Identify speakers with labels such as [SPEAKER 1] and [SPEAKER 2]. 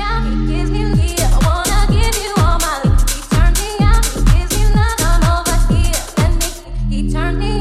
[SPEAKER 1] He turned me